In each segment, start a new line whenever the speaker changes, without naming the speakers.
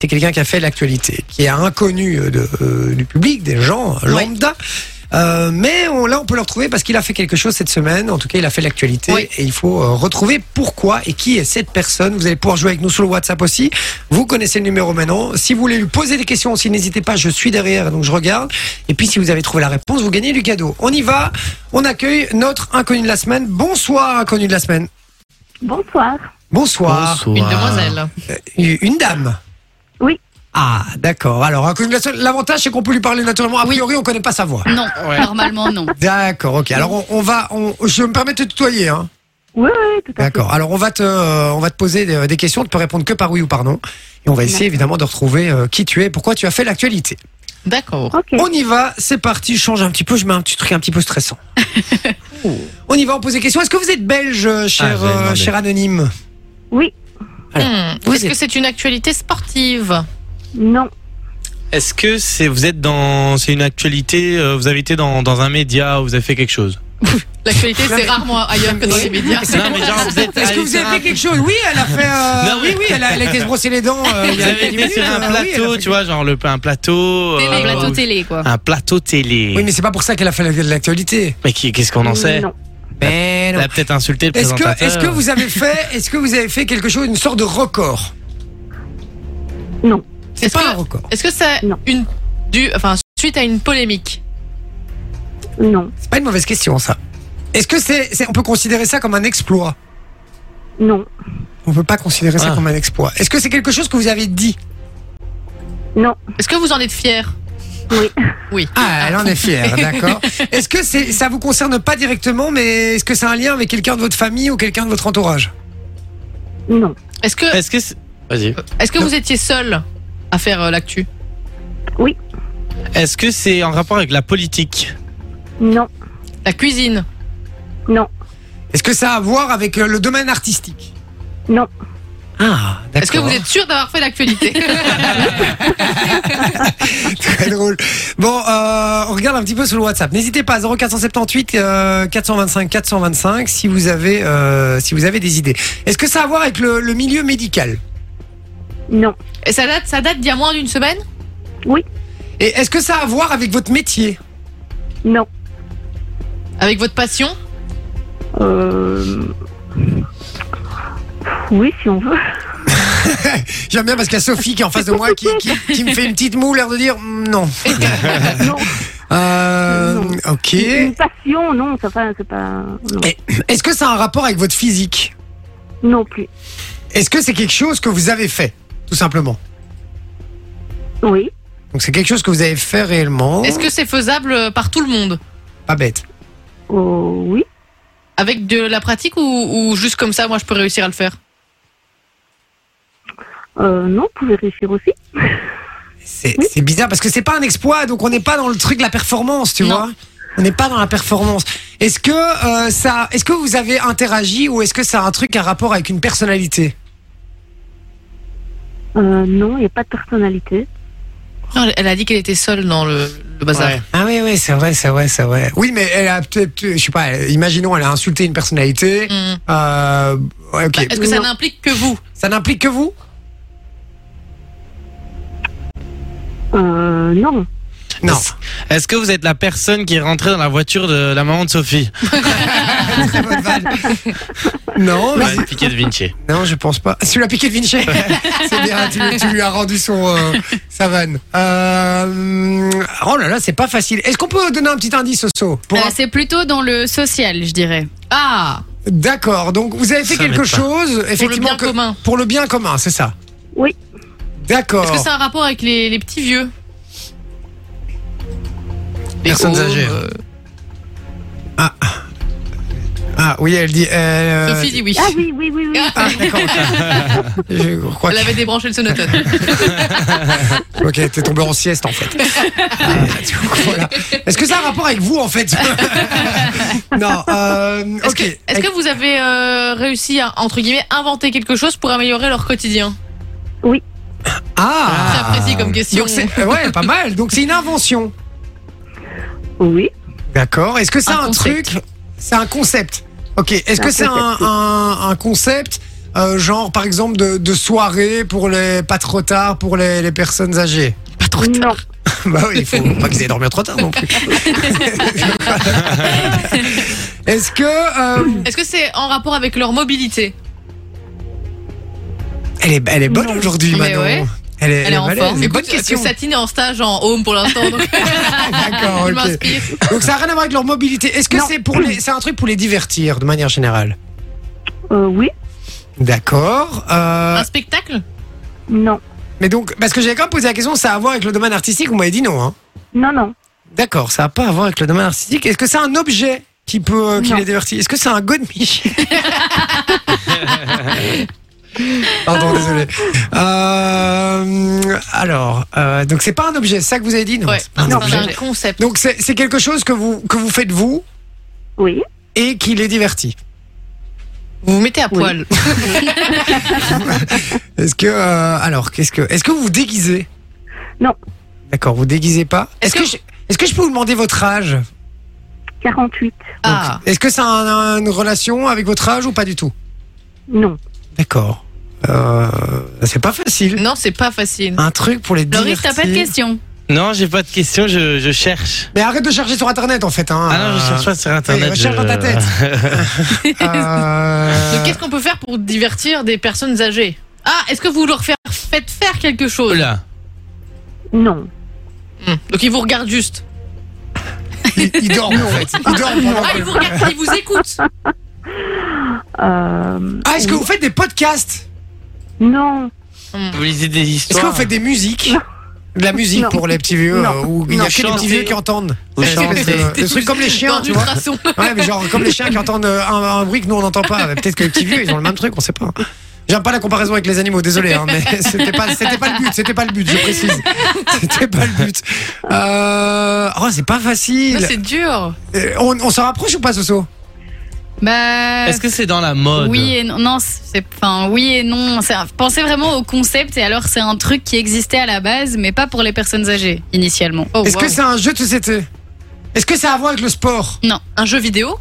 c'est quelqu'un qui a fait l'actualité, qui est inconnu euh, de, euh, du public, des gens euh,
Oui.
lambda. Euh, mais on, là, on peut le retrouver parce qu'il a fait quelque chose cette semaine. En tout cas, il a fait l'actualité
Oui.
et il faut euh, retrouver pourquoi et qui est cette personne. Vous allez pouvoir jouer avec nous sur le WhatsApp aussi. Vous connaissez le numéro maintenant. Si vous voulez lui poser des questions aussi, n'hésitez pas. Je suis derrière, donc je regarde. Et puis, si vous avez trouvé la réponse, vous gagnez du cadeau. On y va. On accueille notre inconnu de la semaine. Bonsoir, inconnu de la semaine.
Bonsoir.
Bonsoir.
Une demoiselle.
Euh, Une dame.
Oui.
Ah, d'accord. Alors, inconnu de la semaine, l'avantage, c'est qu'on peut lui parler naturellement. A priori, on connaît pas sa voix.
Non, normalement non.
D'accord, ok. Alors, on, on va. On, je me permets de te tutoyer. Hein.
Oui, oui, tout à fait.
D'accord. Alors, on va, te, euh, on va te poser des, des questions. Tu peux répondre que par oui ou par non. Et on va essayer, évidemment, de retrouver euh, qui tu es, pourquoi tu as fait l'actualité.
D'accord.
Ok.
On y va, c'est parti. Je change un petit peu. Je mets un petit truc un petit peu stressant. on y va, on pose des questions. Est-ce que vous êtes belge, euh, cher,
j'allais
euh,
demander.
cher anonyme
Oui.
Hmm.
Vous
Est-ce
êtes-
que c'est une actualité sportive
Non.
Est-ce que c'est vous êtes dans c'est une actualité euh, vous avez été dans, dans un média où vous avez fait quelque chose
L'actualité,
Non, mais-
c'est rarement ailleurs que dans les médias.
Non mais genre vous êtes
Est-ce que
allé
vous
sur
avez
un-
fait quelque chose Oui, elle a fait. euh,
Non,
oui,
mais-
oui, elle a, elle a été se brosser les dents. euh, il
vous
y a
avez
quelques
été sur
minutes,
un
euh, oui, elle a
plateau,
fait-
tu vois, genre le un plateau euh,
Un plateau
où-
télé, quoi.
Ah.
un plateau télé.
Oui, mais c'est pas pour ça qu'elle a fait la- l'actualité.
Mais qui- qu'est-ce qu'on en sait
Non.
Mais
Elle
Ben non.
a peut-être insulté le
Est-ce
présentateur.
que, est-ce que vous avez fait, est-ce que vous avez fait quelque chose, une sorte de record
Non.
C'est
Est-ce
pas
que-
un record.
Est-ce que c'est
Non.
une du enfin suite à une polémique
Non.
C'est pas une mauvaise question, ça. Est-ce que c'est, c'est- on peut considérer ça comme un exploit
Non.
On peut pas considérer ça
Ah.
comme un exploit. Est-ce que c'est quelque chose que vous avez dit
Non.
Est-ce que vous en êtes fier
Oui.
Oui.
Ah, elle en est fière, d'accord. Est-ce que c'est, ça vous concerne pas directement, mais est-ce que c'est un lien avec quelqu'un de votre famille ou quelqu'un de votre entourage
Non.
Est-ce que
Est-ce que c'est- Vas-y.
est-ce que vous étiez seul à faire euh, l'actu
Est-ce que c'est en rapport avec la politique
Non.
La cuisine
Non.
Est-ce que ça a à voir avec euh, le domaine artistique
Non.
Ah, d'accord.
Est-ce que vous êtes sûr d'avoir fait l'actualité
Très drôle. Bon, euh, on regarde un petit peu sur le WhatsApp. N'hésitez pas 0478 euh, 425 425 si vous avez euh, si vous avez des idées. Est-ce que ça a à voir avec le, le milieu médical
Non.
Et ça date ça date d'il y a moins d'une semaine
Et est-ce que ça a à voir avec votre métier
Non.
avec votre passion
Euh... Oui, si on veut.
J'aime bien parce qu'il y a Sophie qui est en face de moi qui, qui, qui me fait une petite moue l'air de dire mm, non.
non.
Euh,
Non.
ok.
Une passion, non. Ça va, c'est pas. Non.
Et- Est-ce que ça a un rapport avec votre physique
non plus.
Est-ce que c'est quelque chose que vous avez fait tout simplement
Oui.
Donc c'est quelque chose que vous avez fait réellement.
Est-ce que c'est faisable euh, par tout le monde
pas bête
Oh, oui.
avec de la pratique ou, ou juste comme ça moi je peux réussir à le faire
Euh, non, vous pouvez réussir aussi.
C'est c'est bizarre parce que c'est pas un exploit, donc on n'est pas dans le truc de la performance, tu
Non.
vois. On n'est pas dans la performance. Est-ce que euh, ça, est-ce que vous avez interagi ou est-ce que ça a un truc à rapport avec une personnalité
Euh, non, il n'y a pas de personnalité.
Non, elle- Elle a dit qu'elle était seule dans le, le bazar.
Ah oui, oui, c'est vrai, c'est vrai, c'est vrai. Oui, mais elle a peut-être, je sais pas. elle- Imaginons, elle a insulté une personnalité.
Hmm.
Euh, ouais, ok.
Est-ce que ça
Non.
n'implique que vous
Ça n'implique que vous
Euh, non.
Non.
Est-ce que vous êtes la personne qui est rentrée dans la voiture de la maman de Sophie
Très bonne vanne. non, mais-
Piquet de Vinci.
non, je pense pas. Tu l'as piqué de Vinci. c'est bien, tu, lui- tu lui as rendu son euh, sa vanne. Euh, oh là là, c'est pas facile. Est-ce qu'on peut donner un petit indice, Soso pour
Euh,
un-
c'est plutôt dans le social, je dirais.
Ah
D'accord. Donc vous avez fait
Ça
quelque
m'aide pas.
chose,
Pour le
effectivement,
bien
que-
commun.
pour le bien commun, c'est ça
Oui.
D'accord.
Est-ce que c'est un rapport avec les, les petits vieux Les
Personnes
homes,
âgées.
euh,
Ah oui, elle dit. euh,
Sophie dit oui.
Ah oui, oui, oui, oui.
Ah, d'accord. ok. je crois
Elle
que-
avait débranché le sonotone.
Ok, t'es tombé en sieste en fait. Euh, donc, voilà. Est-ce que ça a un rapport avec vous en fait Non. euh,
Est-ce
ok.
que, est-ce que vous avez euh, réussi à, entre guillemets, inventer quelque chose pour améliorer leur quotidien
Ah.
Très précis comme question.
Donc, c'est- euh, ouais, pas mal. Donc c'est une invention.
Oui.
D'accord. Est-ce que c'est
Un
un,
concept.
truc C'est un concept. Ok. Est-ce
C'est
que
un
c'est un,
concept, oui.
un- un concept euh, genre par exemple de, de soirée pour les pas trop tard pour les, les personnes âgées
Pas
Oh,
trop tard.
Non.
Bah oui, il faut pas qu'ils aient dormi trop tard non plus. Est-ce que euh,
Est-ce que c'est en rapport avec leur mobilité
elle est elle est bonne aujourd'hui
Mais
Manon
ouais.
Elle est,
Elle est en
balèze.
forme.
Mais bonne
Écoute, parce
question.
que Satine est en stage en home pour l'instant. Donc
D'accord, Ah, ok.
je m'inspire.
Donc ça n'a rien à voir avec leur mobilité. Est-ce que
Non.
c'est pour les c'est un truc pour les divertir de manière générale
Euh, oui.
D'accord. euh,
Un spectacle
Non.
mais donc parce que j'avais quand même posé la question, ça a à voir avec le domaine artistique Vous m'avez dit non. Hein.
Non, non.
D'accord, ça n'a pas à voir avec le domaine artistique. Est-ce que c'est un objet qui peut euh, qui
Non.
les divertit Est-ce que c'est un godemiche Pardon, désolé. Euh, alors, euh, donc c'est pas un objet, c'est ça que vous avez dit non,
Ouais.
c'est pas un
Non,
objet.
c'est un concept.
Donc c'est c'est quelque chose que vous que vous faites vous
Oui.
et qui les divertit.
Vous vous mettez à poil.
Est-ce que euh, alors qu'est-ce que est-ce que vous vous déguisez
Non.
D'accord, vous déguisez pas. Est-ce
Est-ce
que,
que-
je- est-ce que je peux vous demander votre âge
48.
Ah.
Est-ce que ça a un- une relation avec votre âge ou pas du tout
Non.
D'accord. Euh, c'est pas facile.
Non, c'est pas facile.
Un truc pour les
Loris, t'as pas de
Ah, divertir.
question
Non, j'ai pas de question, je, je cherche.
Mais arrête de chercher sur internet en fait. Hein.
Ah non, je cherche pas sur internet.
recherche dans ta tête. Euh,
Donc, qu'est-ce qu'on peut faire pour divertir des personnes âgées Ah, est-ce que vous leur faire- faites faire quelque chose
Là.
Non.
Hmm. Donc, ils vous regardent juste.
il, il dort en fait. Il dort pendant
Ah, ils
que-
vous regardent, ils vous écoutent.
Euh,
Ah, est-ce que vous faites des podcasts
non.
Vous lisez des
Est-ce que
histoires.
vous faites des musiques De la musique
Non.
pour les petits vieux
Non.
euh, où il n'y a
Non.
que les petits
Chantez.
vieux qui entendent.
Vous
Euh, espèce de-
chantez.
Des trucs comme les chiens,
Dans
tu vois.
l'ultrason.
Ouais, mais genre comme les chiens qui entendent euh, un, un bruit que nous on n'entend pas. Mais Peut-être que les petits vieux ils ont le même truc, on sait pas. J'aime pas la comparaison avec les animaux, désolé, hein, mais c'était pas, c'était pas le but, c'était pas le but, je précise. C'était pas le but. Euh... Oh, c'est pas
Ça,
Bah,
facile.
C'est dur.
Euh, On, on s'en rapproche ou pas, Soso
Bah.
Est-ce que c'est dans la mode
Oui et non, non c'est enfin oui et non. C'est un- Pensez vraiment au concept et alors c'est un truc qui existait à la base, mais pas pour les personnes âgées initialement.
Oh,
Est-ce
wow.
que c'est un jeu de société Est-ce que ça a à voir avec le sport
un jeu vidéo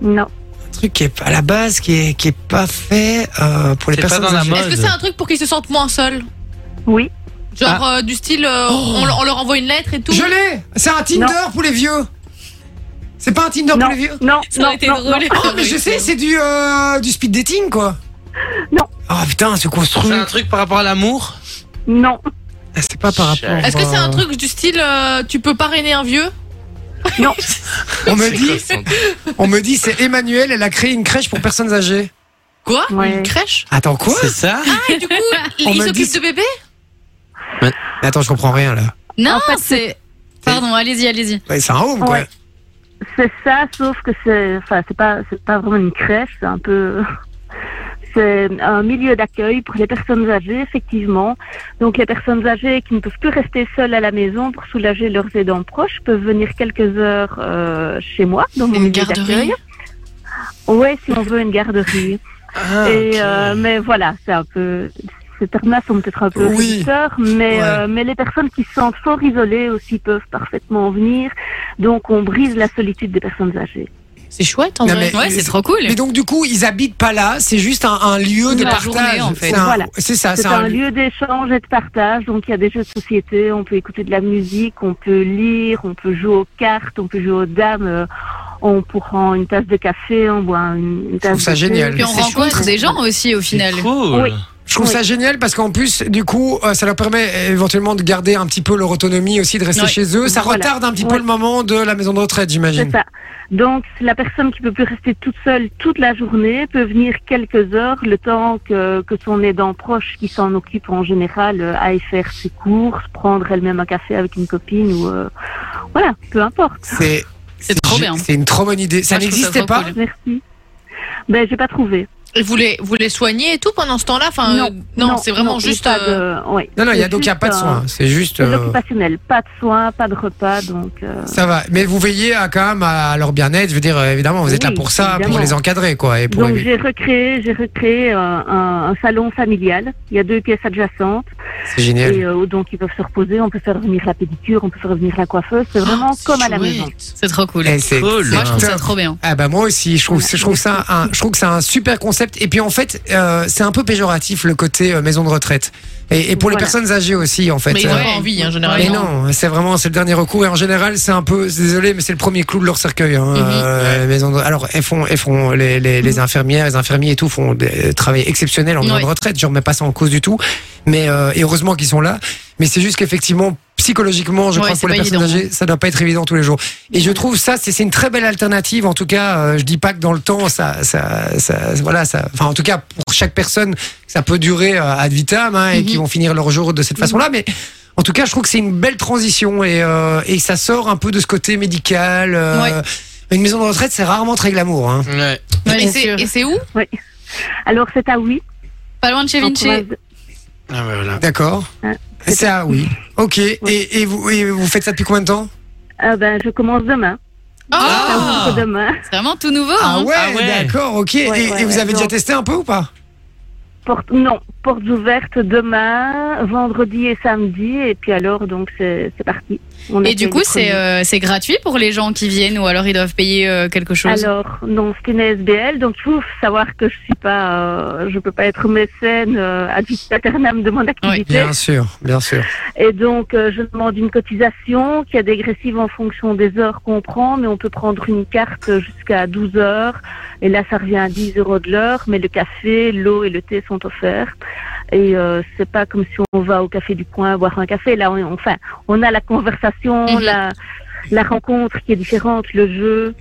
Non.
Un truc qui est à la base, qui est, qui est pas fait euh, pour les
C'est pas
personnes
dans la
âgées.
mode.
Est-ce que c'est un truc pour qu'ils se sentent moins seuls
Oui.
Genre euh, du style, euh, on, on leur envoie une lettre et tout.
Ah. Oh. Je l'ai C'est un Tinder pour les vieux C'est pas un Tinder
Non.
pour les vieux
Non.
Ça
Non.
aurait été
non,
drôle.
non.
Oh, mais je sais, c'est du, euh, du speed dating, quoi
Non.
Ah putain, c'est construit.
C'est un truc par rapport à l'amour
Non.
Ah, C'est pas par rapport.
Est-ce que c'est un
euh,
truc du style, euh, tu peux parrainer un vieux
On me
C'est quoi
dit,
ce truc
on me dit, c'est Emmanuel, elle a créé une crèche pour personnes âgées.
Quoi
Ouais.
Une crèche
Attends, quoi
C'est ça
Ah, et du coup,
On
ils
me
s'occupent
dit-
de bébés
Mais Attends, je comprends rien, là.
Non, c'est. Pardon, allez-y, allez-y.
Ouais, c'est un home, quoi.
Ouais. C'est ça, sauf que c'est, enfin, c'est pas, c'est pas vraiment une crèche, c'est un peu, c'est un milieu d'accueil pour les personnes âgées, effectivement. Donc, les personnes âgées qui ne peuvent plus rester seules à la maison pour soulager leurs aidants proches peuvent venir quelques heures euh, chez moi, dans mon
Une
milieu
garderie.
d'accueil. Ouais, si on veut une garderie.
Ah,
Et
ok.
euh, mais voilà, c'est un peu. Ces termes-là sont peut-être un peu
Oui.
réducteurs, mais
Ouais.
euh, mais les personnes qui se sentent fort isolées aussi peuvent parfaitement venir. Donc on brise la solitude des personnes âgées.
C'est chouette en
Non,
vrai.
mais-
Ouais, c'est trop cool.
Mais donc, du coup, ils habitent pas là, c'est juste un, un lieu de
La
partage.
journée, en fait.
C'est un-
Voilà.
Ah, C'est ça,
C'est un lieu d'échange et de partage. Donc il y a des jeux de société, on peut écouter de la musique, on peut lire, on peut jouer aux cartes, on peut jouer aux dames. euh, on prend une tasse de café, on boit une, une tasse
trouve ça
de thé.
génial.
Puis on
C'est
rencontre
chouette.
des gens aussi au final.
Cool.
Oui.
Je trouve ça génial parce qu'en plus, du coup, euh, ça leur permet euh, éventuellement de garder un petit peu leur autonomie aussi, de rester
Ouais.
chez eux. Ça
Voilà.
retarde un petit peu
Ouais.
le moment de la maison de retraite,
C'est
Mm.
j'imagine.
ça. Donc, la personne qui peut plus rester toute seule toute la journée peut venir quelques heures, le temps que, que son aidant proche qui s'en occupe en général euh, aille faire ses courses, prendre elle-même un café avec une copine ou... euh, voilà, peu importe.
C'est
C'est trop
gé-
bien.
C'est une trop bonne idée. Ça
Moi, je trouve ça
n'existait
trop
pas.
Mm.
cool.
Merci. Ben, j'ai pas trouvé.
Et vous les, vous les soignez et tout pendant ce temps-là enfin, euh, non, c'est vraiment
non,
juste.
pas de-
euh,
ouais.
Non, non, il y a
C'est
donc il y a
juste
pas de
un-
soins. C'est juste.
C'est
euh,
l'occupationnel, pas de soins, pas de repas, donc... euh,
Ça va, mais vous veillez à, quand même à leur bien-être. Je veux dire, euh, évidemment, vous êtes là
Oui,
pour ça, pour
évidemment.
les encadrer, quoi, et pour
Donc
aider.
j'ai recréé, j'ai recréé euh, un, un salon familial. Il y a deux pièces adjacentes.
C'est génial.
Et euh, donc ils peuvent se reposer, on peut faire venir la pédicure, on peut faire venir la coiffeuse,
Ah,
c'est vraiment
oh, c'est
comme à la
chouette.
maison.
C'est trop cool.
Eh, c'est
Cool.
c'est
Moi, je trouve ça
top.
trop bien.
Ah bah moi aussi, je trouve, je trouve ça, un, je trouve que c'est un super concept. concept. Et puis en fait, euh, c'est un peu péjoratif le côté euh, maison de retraite. Et, et pour les
Voilà.
personnes âgées aussi, en fait.
Mais ils ont
Euh,
pas envie, hein,
mais
généralement.
non, c'est vraiment c'est le dernier recours et en général c'est un peu c'est désolé mais c'est le premier clou de leur cercueil.
Mhm.
Hein, euh, les maisons de- alors elles font, elles font les, les, les infirmières, les infirmiers et tout font des euh, travail exceptionnel en maison de
Ouais.
retraite. Je remets pas ça en cause du tout, mais euh, et heureusement qu'ils sont là. Mais c'est juste qu'effectivement psychologiquement je
Ouais,
crois que
c'est
pour les
pas
personnes
évident. hein.
âgées ça doit pas être évident tous les jours. Et je trouve ça c'est c'est une très belle alternative en tout cas. euh, je dis pas que dans le temps ça ça, ça voilà ça. Enfin en tout cas pour chaque personne ça peut durer euh, ad vitam hein, et
Mhm.
qui vont finir leur jour de cette façon-là. Mais en tout cas, je trouve que c'est une belle transition et, euh, et ça sort un peu de ce côté médical. euh,
Ouais.
Une maison de retraite, c'est rarement très glamour. Hein.
Ouais.
Ouais,
Mais
bien
c'est-
sûr.
et c'est où
Alors c'est à oui.
Pas loin de chez Vinci.
Ah, ouais, voilà.
D'accord.
Ouais.
C'est ah oui. Ok. Et, et vous, et vous faites ça depuis combien de temps
Euh, ben, je commence demain. Ça
Ah
ouvre demain.
C'est vraiment tout nouveau. hein.
ouais,
Ah ouais.
d'accord, ok. et,
ouais,
et vous
ouais,
avez déjà
donc-
testé un peu ou pas
Porte, non, portes ouvertes demain, vendredi et samedi. Et puis alors, donc, c'est c'est parti. On
Et
accueille
du coup,
les
c'est
premiers.
euh, c'est gratuit pour les gens qui viennent ou alors ils doivent payer euh, quelque chose.
Alors, non, c'est une SBL, donc il faut savoir que je suis pas, euh, je peux pas être mécène euh, ad vitam aeternam de mon activité.
sûr, bien sûr.
Et donc, euh, je demande une cotisation qui est dégressive en fonction des heures qu'on prend, mais on peut prendre une carte jusqu'à 12 heures. Et là, ça revient à 10 euros de l'heure, mais le café, l'eau et le thé sont offerts. Et euh, c'est pas comme si on va au café du coin boire un café. Là, on, enfin, on a la conversation,
Mhm.
la, la rencontre qui est différente, le jeu.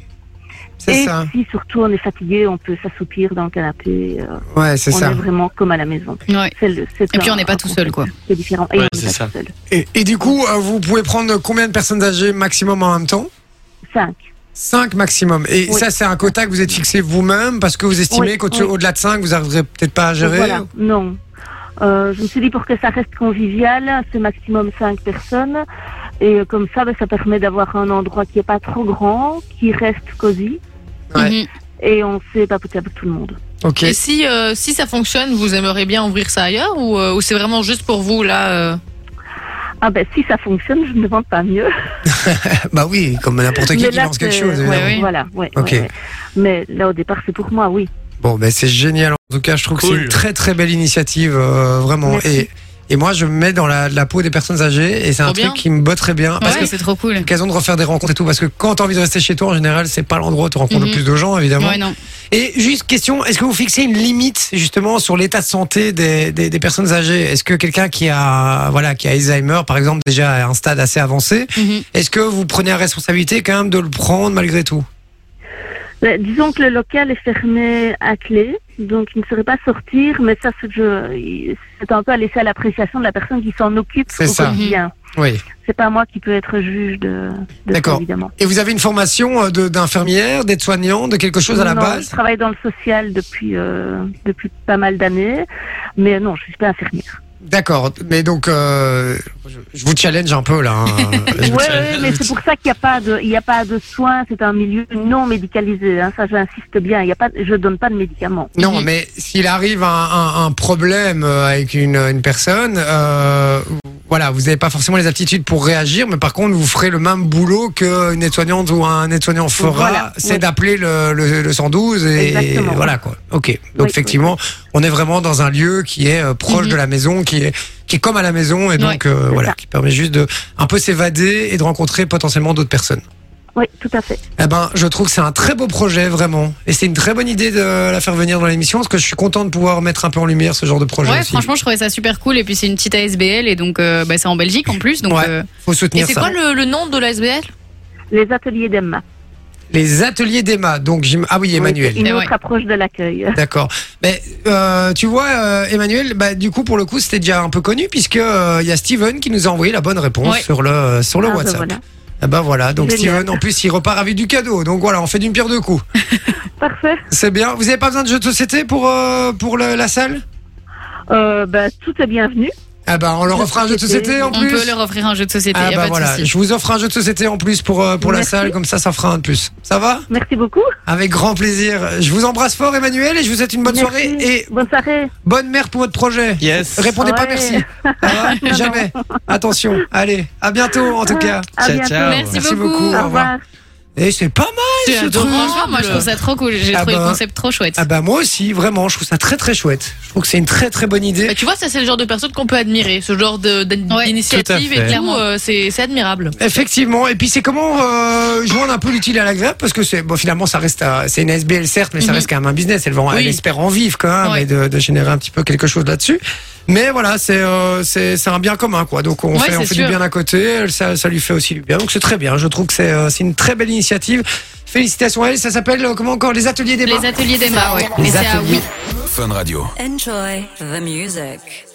C'est
et
ça.
si surtout on est fatigué, on peut s'assoupir dans le canapé. euh,
Ouais, c'est
on
ça.
est vraiment comme à la maison.
Ouais.
C'est le- c'est
Et puis
un-
on n'est
un
pas tout seul,
concept
quoi.
qui est différent. Et
Ouais,
on n'est
c'est
pas
ça.
tout seul.
Et, et du coup, euh, vous pouvez prendre combien de personnes âgées maximum en même temps
Cinq.
5 maximum. Et
Oui.
ça, c'est un quota que vous êtes fixé vous-même parce que vous estimez
Oui,
qu'au-delà
oui.
de 5, vous n'arriverez peut-être pas à gérer.
Voilà, non. Euh, je me suis dit pour que ça reste convivial, c'est maximum cinq personnes. Et euh, comme ça, ben, ça permet d'avoir un endroit qui est pas trop grand, qui reste cosy.
Ouais.
Mhm.
Et on sait papoter avec tout le monde.
Ok.
Et si, euh, si ça fonctionne, vous aimeriez bien ouvrir ça ailleurs ou, euh, ou c'est vraiment juste pour vous là euh
Ah ben si ça fonctionne, je ne demande pas mieux.
Bah oui, comme n'importe qui
Mais
qui
là,
lance quelque
c'est-
chose.
euh, ouais,
évidemment.
oui.
Voilà, ouais,
Ok.
ouais, ouais. Mais là au départ, c'est pour moi, oui.
Bon, ben c'est génial. En tout cas, je trouve que c'est
Cool.
une très très belle initiative, euh, vraiment.
Merci.
Et, et moi, je me mets dans la, la peau des personnes âgées et c'est un
Trop
truc
bien.
qui me botterait bien. Parce
Ouais,
que
c'est trop cool.
l'occasion de refaire des rencontres et tout. Parce que quand t'as envie de rester chez toi, en général, c'est pas l'endroit où tu rencontres
Mhm.
Mm-hmm.
le plus de gens, évidemment.
Ouais, non.
Et juste question, est-ce que vous fixez une limite justement sur l'état de santé des, des, des personnes âgées Est-ce que quelqu'un qui a voilà qui a Alzheimer par exemple déjà à un stade assez avancé,
Mhm.
est-ce que vous prenez la responsabilité quand même de le prendre malgré tout
Ben, disons que le local est fermé à clé, donc il ne saurait pas sortir, mais ça c'est je- c'est un peu à laisser à l'appréciation de la personne qui s'en occupe
C'est
au
ça.
quotidien.
Oui.
C'est pas moi qui peux être juge de, de ça
D'accord.
évidemment.
Et vous avez une formation euh, de- d'infirmière, d'aide-soignant, de quelque chose à la
Non,
base
Je travaille dans le social depuis, euh, depuis pas mal d'années, mais non, je suis pas infirmière.
D'accord. Mais donc euh, je, je vous challenge un peu là. hein. Je
Oui,
vous challenge.
mais c'est pour ça qu'il n'y a pas de, il y a pas de soins. C'est un milieu non médicalisé. Hein, ça, j'insiste bien. Il y a pas, je donne pas de médicaments.
Non, mais s'il arrive un, un- un problème euh, avec une, une personne, euh, voilà, vous n'avez pas forcément les aptitudes pour réagir, mais par contre, vous ferez le même boulot qu'une aide-soignante ou un aide-soignant fera,
Voilà,
c'est
oui.
d'appeler le, le, le 112 et
Exactement.
voilà quoi. Ok. Donc
Oui,
effectivement, on est vraiment dans un lieu qui est euh, proche
Mhm.
de la maison, qui est qui est comme à la maison et donc euh, voilà,
ça.
qui permet juste de un peu s'évader et de rencontrer potentiellement d'autres personnes.
Oui, tout à fait.
Eh ben, je trouve que c'est un très beau projet, vraiment. Et c'est une très bonne idée de la faire venir dans l'émission, parce que je suis content de pouvoir mettre un peu en lumière ce genre de projet
Ouais,
aussi.
franchement, je trouvais ça super cool. Et puis c'est une petite ASBL et donc euh, bah, c'est en Belgique en plus. Donc
Ouais.
euh,
Faut
Et
soutenir
c'est
ça.
quoi le, le nom de l'ASBL
Les ateliers d'Emma.
Les ateliers d'Emma. Donc, j'im- ah oui, Emmanuel.
Oui, une
Eh
autre
ouais.
approche de l'accueil.
D'accord. Mais euh, tu vois, euh, Emmanuel, bah, du coup, pour le coup, c'était déjà un peu connu, puisque euh, il y a Steven qui nous a envoyé la bonne réponse
Ouais.
sur le euh, sur le
Ah, ben
WhatsApp.
voilà.
Eh ben voilà. Donc
Génial.
Steven, en plus, il repart avec du cadeau. Donc voilà, on fait d'une pierre deux coups.
Parfait.
C'est bien. Vous avez pas besoin de jeux de société pour euh, pour le- la salle
Euh, bah, tout est bienvenu.
Ah ben, on leur
Jeux de
offre un jeu de
société,
société en
on
plus.
peut leur offrir un jeu de société.
Ah
y a
bah
pas de
voilà,
souci.
je vous offre un jeu de société en plus pour, euh, pour la
Merci.
salle, comme ça ça fera un de plus. Ça va
Merci beaucoup.
Avec grand plaisir. Je vous embrasse fort Emmanuel et je vous souhaite une bonne
Merci.
soirée et
bonne soirée.
bonne mère pour votre projet.
Yes.
Répondez pas
Ouais.
merci. Ça va Jamais. Attention. Allez, à bientôt en tout cas.
À
Ciao,
bientôt.
ciao.
Merci,
Merci
beaucoup.
beaucoup. Ah, Au revoir.
Au revoir.
Et c'est pas mal
C'est
ce truc.
adorable.
Franchement, moi je trouve ça trop cool. J'ai
Ah
trouvé
bah.
le concept trop chouette.
Ah bah moi aussi, vraiment, je trouve ça très très chouette. Je trouve que c'est une très très bonne idée.
Bah, tu vois, ça c'est le genre de personne qu'on peut admirer, ce genre de- d'in-
Ouais.
Tout à
d'initiative
fait.
et tout,
Clairement.
euh, c'est c'est admirable.
Effectivement. Et puis c'est comment euh, joindre un peu l'utile à l'agréable parce que c'est bon finalement ça reste euh, c'est une SBL certes mais ça
Mhm.
reste quand même un business. Elle, vend, elle
Oui.
espère en vivre quand même
Ouais.
et de, de générer un petit peu quelque chose là-dessus. Mais voilà c'est euh, c'est c'est un bien commun quoi. Donc on
Ouais,
fait on
c'est
fait du
sûr.
bien d'un côté, elle, ça ça lui fait aussi du bien. Donc c'est très bien. Je trouve que c'est euh, c'est une très belle initiative. Félicitations à elle. Ça s'appelle euh, comment encore les ateliers des
Les ateliers d'Emma, ouais.
Les
Et c'est à
ateliers.
oui.
Fun Radio.
Enjoy the music.